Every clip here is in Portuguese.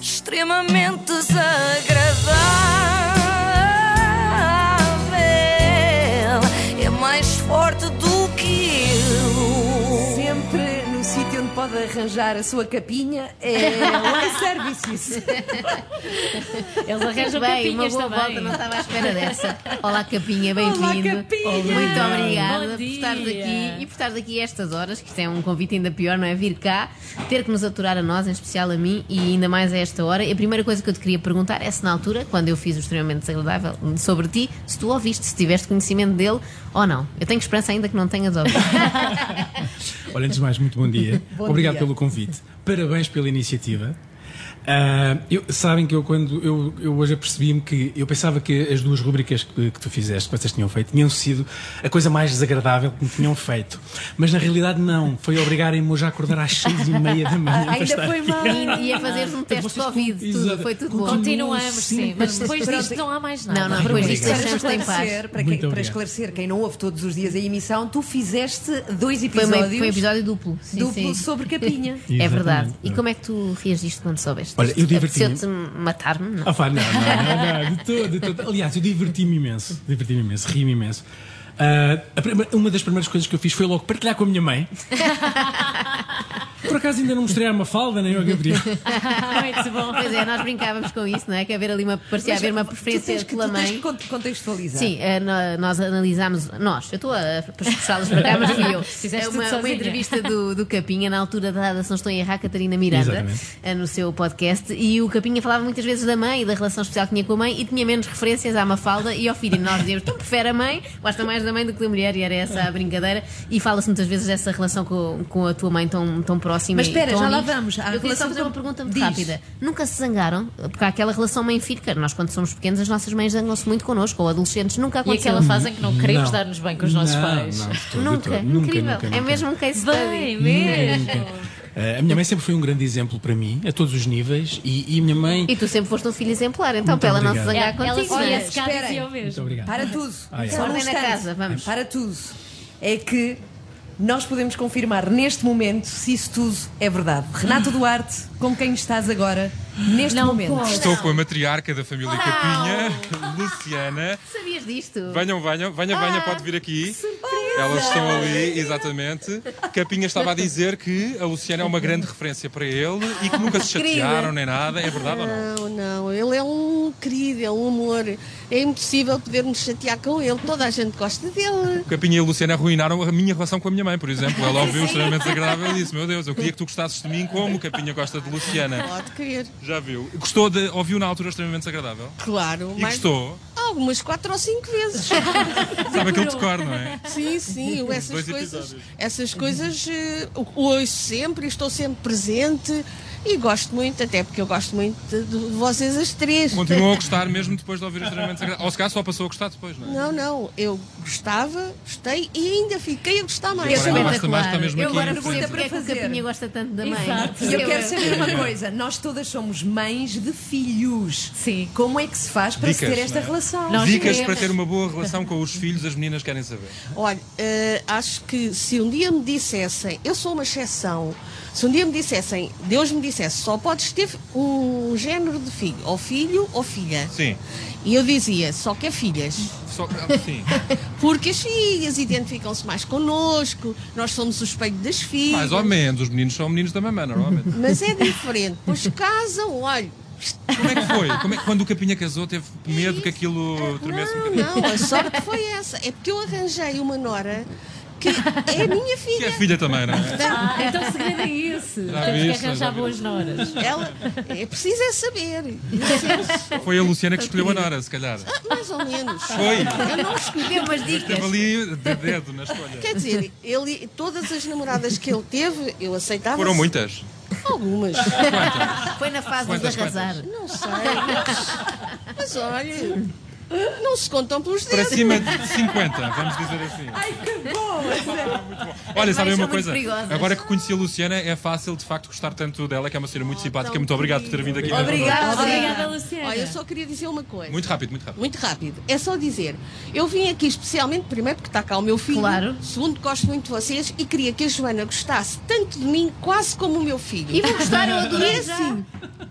extremamente desagradável. É mais forte do que eu. Sempre no sítio onde pode arranjar a sua capinha é Life Services. Eles é arranjam Bem, uma capinhas boa também. volta, não tá estava à espera dessa. Olá, Capinha, bem-vindo. Olá, Capinha! Muito obrigada Bom por estar dia. aqui e por estar aqui a estas horas, que isto é um convite ainda pior, não é? Vir cá, ter que nos aturar a nós, em especial a mim, e ainda mais a esta hora. E a primeira coisa que eu te queria perguntar é se na altura, quando eu fiz o extremamente desagradável sobre ti, se tu ouviste, se tiveste conhecimento dele ou não. Eu tenho esperança ainda que não tenhas ouvido. Olha, antes de mais, muito bom dia. Bom Obrigado dia. pelo convite. Parabéns pela iniciativa. Ah, eu- sabem que eu quando eu, eu hoje apercebi-me que eu pensava que as duas rubricas que, que tu fizeste, que vocês tinham feito, tinham sido a coisa mais desagradável que me tinham feito. Mas na realidade não. Foi obrigarem-me hoje a acordar às seis e meia da manhã. para estar Ainda foi aqui. mal. E a fazer-me um teste de Vocês Covid, tudo, exato, foi tudo bom. Continuamos, sim, sempre mas depois Pronto. disto não há mais nada. Não, não, depois disto Para deixamos-te em é paz. esclarecer, para, Muito quem, para obrigado. esclarecer quem não ouve todos os dias a emissão, tu fizeste dois Foi, episódios uma, foi um episódio duplo. Sim, duplo sim. sobre capinha. É Exatamente. verdade. E como é que tu reagiste quando soubeste? Olha, eu diverti-me. Apeteceu-te matar-me? Não. Ah, pá, não, não, não, não, de todo, de todo. Aliás, eu diverti-me imenso, diverti-me imenso, ri-me imenso. Ah, a prima- uma das primeiras coisas que eu fiz foi logo partilhar com a minha mãe. Por acaso ainda não mostrei a Mafalda, nem ao Gabriel. Muito bom. Pois é, nós brincávamos com isso, não é? Que haver ali uma, parecia haver uma tu preferência tens que, pela tu tens que mãe. cont- contextualizar. Sim, eh, no- nós analisámos, nós, eu estou a a puxá-los para cá, mas fui eu. Fizeste Eh, tudo Uma, uma sozinha. entrevista do, do Capinha, na altura da, da Se Não Estou em Errar, Catarina Miranda, Exatamente. eh, no seu podcast, e o Capinha falava muitas vezes da mãe e da relação especial que tinha com a mãe e tinha menos referências à Mafalda e ao filho. E nós dizíamos, tu prefere a mãe, gosta mais da mãe do que da mulher, e era essa a brincadeira. E fala-se muitas vezes dessa relação com, com a tua mãe tão, tão próxima. Mas e espera, tão já lá amigos. vamos. Há Eu queria só relação fazer com- uma pergunta muito Diz. rápida. Nunca se zangaram? Porque há aquela relação mãe-filho, que nós quando somos pequenos as nossas mães zangam-se muito connosco, ou adolescentes, nunca E aconteceu. aquela fase em que não queremos Não. dar-nos bem com os nossos Não, pais. não, de todo, de Nunca, todo. incrível. É mesmo um case study. Bem, Nunca, mesmo. nunca. Ah, a minha mãe sempre foi um grande exemplo para mim, a todos os níveis, e, e a minha mãe. E tu sempre foste um filho exemplar, então Muito para ela não se obrigado. zangar Ela contigo. se não é? ia secar e Esperem. dizia o Muito mesmo. obrigado. Para tudo. Ah, é. Só um Ordem na instante. casa, vamos. Para tudo. É que nós podemos confirmar neste momento se isso tudo é verdade. Renato Duarte, com quem estás agora, neste Não momento. pode. Estou com a matriarca da família Capinha, Luciana. Sabias disto? Venham, venham, venha, venha, pode vir aqui. Elas estão ali, exatamente. Capinha estava a dizer que a Luciana é uma grande referência para ele e que nunca se chatearam nem nada. É verdade ou não? Não, não, ele é um querido, ele é um amor. É impossível podermos chatear com ele, toda a gente gosta dele. Capinha e a Luciana arruinaram a minha relação com a minha mãe, por exemplo. Ela ouviu extremamente desagradável e disse: Meu Deus, eu queria que tu gostasses de mim como Capinha gosta de Luciana. Pode querer. Já viu? Gostou de. Ouviu na altura extremamente desagradável? Claro, E gostou? algumas quatro ou cinco vezes. Sabe aquele decor, não é? sim, sim, eu essas Dois coisas, episódios. essas coisas eh, o- ouço sempre, estou sempre presente e gosto muito, até porque eu gosto muito de, de vocês as três. Continuou a gostar mesmo depois de ouvir o extremamente desagradável. Ou se calhar só passou a gostar depois, não é? Não, não, eu gostava, gostei e ainda fiquei a gostar mais. Eu Agora é também basta, basta mesmo Eu aqui agora em pergunto frente. porque é que o fazer. Capinha gosta tanto da mãe. Exato. E eu quero saber uma coisa, nós todas somos mães de filhos. Sim. Como é que se faz para se Dicas, ter esta não é? relação? Nós Dicas queremos. para ter uma boa relação com os filhos, as meninas querem saber. Olha, eh, acho que se um dia me dissessem, eu sou uma exceção, se um dia me dissessem, Deus me dissesse, só podes ter um género de filho, ou filho ou filha. Sim. E eu dizia, só que é filhas. Só, ah, sim. Porque as filhas identificam-se mais connosco, nós somos o espelho das filhas. Mais ou menos, os meninos são meninos da mamã, normalmente. Mas é diferente, pois casam, olha. Como é que foi? Como é que- quando o Capinha casou, teve medo que aquilo tremesse um bocadinho? Não, não, a sorte foi essa. É porque eu arranjei uma nora que é minha Que filha. é filha também, não é? Ah, então o segredo é esse. Já Temos viste, que arranjar já boas noras. Ela é preciso é saber. Foi a Luciana que escolheu a Nora, se calhar. Mais ou menos. Foi. Eu não escolhi. Deu umas dicas. Teve ali de dedo na escolha. Quer dizer, ele, todas as namoradas que ele teve, eu aceitava. Foram muitas. Algumas. Foi na fase Quantas, dos arrasar. Não sei. Mas, mas olha, não se contam pelos Para dedos. cima de 50, vamos dizer assim. Ai, que bom! Olha, As sabem mães são uma muito coisa? perigosas. Agora que conheci a Luciana, é fácil de facto gostar tanto dela, que é uma senhora Ah, muito simpática. Muito obrigado por ter vindo aqui. Obrigada. Obrigada, Luciana. Olha, eu só queria dizer uma coisa. Muito rápido, muito rápido. Muito rápido. É só dizer, eu vim aqui especialmente, primeiro, porque está cá o meu filho. Claro. Segundo, gosto muito de vocês e queria que a Joana gostasse tanto de mim, quase como o meu filho. E vou gostar, eu E adorei já. assim,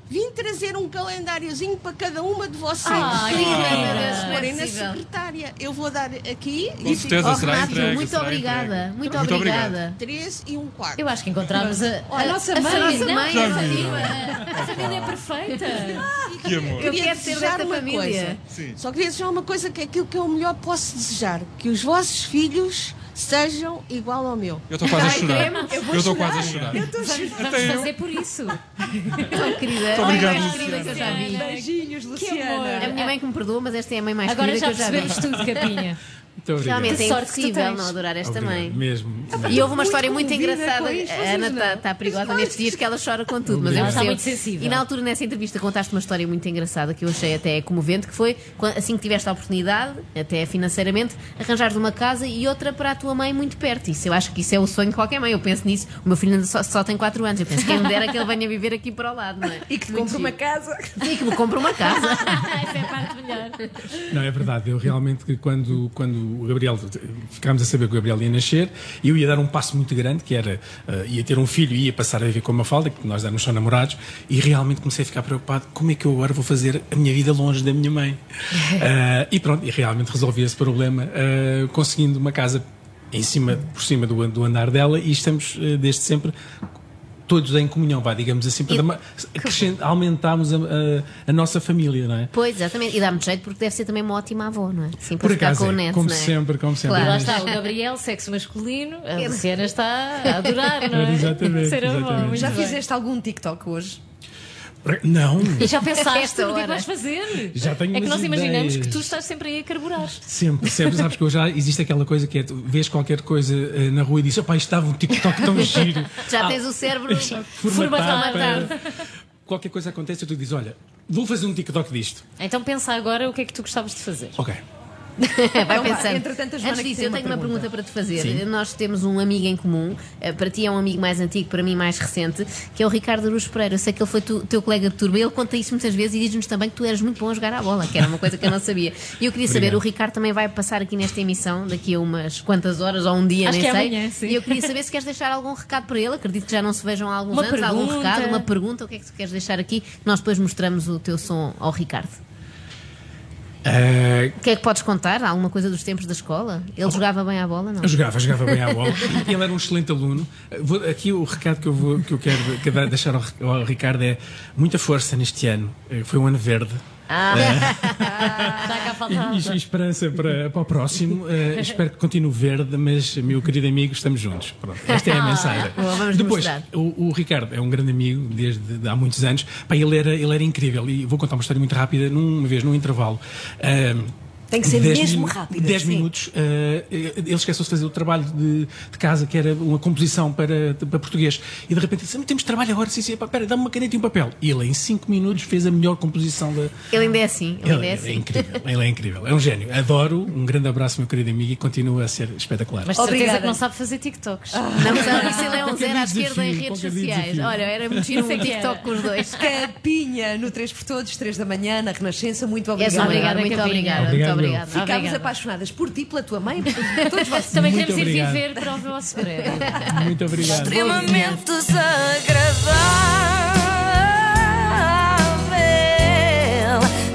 vim trazer um calendáriozinho para cada uma de vocês. Ah, que incrível, meu Deus, Se não é forem na possível. secretária. Eu vou dar aqui Com certeza Oh, será Renato, entregue. muito será obrigada. entregue. Muito, Muito obrigado. obrigada. três e um quarto. Eu acho que encontramos a. A nossa mãe, A nossa não, mãe, Já a família. A família é perfeita. Que amor. Eu Queria quero ser desejar desta uma família. coisa. Sim. Só queria desejar uma coisa que é aquilo que eu melhor posso desejar: que os vossos filhos sejam igual ao meu. Eu estou quase a chorar. Eu estou quase a chorar. Vamos, vamos Até eu. fazer por isso. Tão querida. Muito a mãe obrigado, mais querida que eu já Luciana. vi. Beijinhos, A Luciana. minha mãe que me perdoa, mas esta é a mãe mais Agora querida já que eu já vi. percebemos tudo, Capinha. Muito obrigado. Realmente é Que sorte que tu impossível tens. não adorar esta Obrigado, mãe. Mesmo. E houve uma história muito muito comovida engraçada. com isto, A vocês Ana não? está perigosa nestes dias que ela chora com tudo, mas eu Ela está percebo. muito sensível. E na altura, nessa entrevista, contaste uma história muito engraçada que eu achei até comovente, que foi quando- assim que tiveste a oportunidade, até financeiramente, arranjares uma casa e outra para a tua mãe muito perto. Isso eu acho que isso é o sonho de qualquer mãe. Eu penso nisso. O meu filho ainda só, só tem 4 anos. Eu penso quem me dera que ele venha viver aqui para o lado, não é? E que te Muito compre uma giro. casa. E que me compre uma casa. Essa é a parte melhor. Não, é verdade. Eu realmente, que quando, quando o Gabriel, ficámos a saber que o Gabriel ia nascer, eu ia dar um passo muito grande, que era, eh, ia ter um filho e ia passar a viver com uma falda, que nós éramos só namorados, e realmente comecei a ficar preocupado, como é que eu agora vou fazer a minha vida longe da minha mãe? Ah, e pronto, e realmente resolvi esse problema, ah, conseguindo uma casa em cima, por cima do, an- do andar dela, e estamos, eh, desde sempre, todos em comunhão, vá, digamos assim, para dar uma- acrescent- aumentarmos a, a- a nossa família, não é? Pois, exatamente. E dá-me jeito porque deve ser também uma ótima avó, não é? Sim, para Por ficar acaso, com o é. neto, como não é? sempre, como sempre. Claro. Lá está o Gabriel, sexo masculino. A Luciana está a adorar, não é? Exatamente, Ser avó, exatamente. muito Já bem. fizeste algum TikTok hoje? Não, E já pensaste Esta no que é hora. que vais fazer? Já tenho é que umas nós imaginamos ideias. que tu estás sempre aí a carburar. sempre, sempre. Sabes que hoje já existe aquela coisa que é: tu vês qualquer coisa eh, na rua e dizes, opá, isto estava um TikTok tão giro. Ah, Já tens o cérebro. Já Formatado. formatado. para- Qualquer coisa acontece e tu dizes, olha, vou fazer um TikTok disto. Então pensa agora o que é que tu gostavas de fazer. Ok. Vai Então vá, pensando. entretanto, a Joana Antes que disso, tem eu uma tenho uma pergunta para te fazer. Sim. Nós temos um amigo em comum, eh, para ti é um amigo mais antigo, para mim mais recente, que é o Ricardo Aruz Pereira. Eu sei que ele foi tu- teu colega de turma, ele conta isso muitas vezes e diz-nos também que tu eras muito bom a jogar à bola, que era uma coisa que eu não sabia. E eu queria saber, Obrigado. o Ricardo também vai passar aqui nesta emissão daqui a umas quantas horas ou um dia, Acho nem que é sei. amanhã, sim. E eu queria saber se queres deixar algum recado para ele. Acredito que já não se vejam há alguns Uma anos, algum pergunta. recado, uma pergunta, o que é que tu queres deixar aqui? Nós depois mostramos o teu som ao Ricardo. Eh, O que é que podes contar? Alguma coisa dos tempos da escola? Ele jogava bem à bola, não? Eu jogava, jogava bem à bola. Ele era um excelente aluno. Vou- aqui o recado que eu, vou, que eu quero que dá- deixar ao, Ri- ao Ricardo é muita força neste ano. Eh, Foi um ano verde. Ah. Já Tá cá E- faltava. E, e esperança para, para o próximo. Eh, espero que continue verde, mas, meu querido amigo, estamos juntos. Pronto, esta é a mensagem. Ah, boa, vamos Depois, mostrar. o, o Ricardo é um grande amigo desde há muitos anos. Pá, ele, era, ele era incrível. E vou contar uma história muito rápida, num- uma vez, num intervalo. Ahm, Tem que ser dez mesmo minu- rápida, 10 sim. minutos. ah, ele esqueceu-se de fazer o trabalho de, de casa, que era uma composição para, para português. E de repente disse: "Ah, Temos trabalho agora, sim, sim. Pá, Espera, dá-me uma caneta e um papel. E ele, em 5 minutos, fez a melhor composição da, Ele ainda é assim, ele ainda ele é é, assim. incrível, ele é incrível, é um gênio. Adoro, um grande abraço, meu querido amigo, e continua a ser espetacular. Mas de certeza Obrigada. que não sabe fazer TikToks. Não, não, isso ele é um assim. Qualquer zero à desafio, esquerda em redes qualquer sociais. desafio. Olha, era muito giro Isso um é que era. TikTok com os dois. Capinha no 3 por Todos, 3 da manhã, na Renascença. Muito És uma obrigada. Obrigada, obrigada, É muito Capinha. obrigada, muito Obrigado, Tá obrigada. Obrigada. Ficámos apaixonadas por ti, pela tua mãe, por todos vocês. Também Muito queremos ir obrigado. viver para o vosso prédio. Muito obrigado. extremamente desagradável.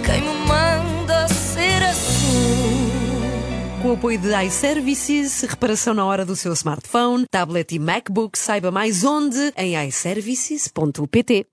Quem me manda ser assim? Com o apoio de iServices, reparação na hora do seu smartphone, tablet e MacBook, saiba mais onde em iServices.pt.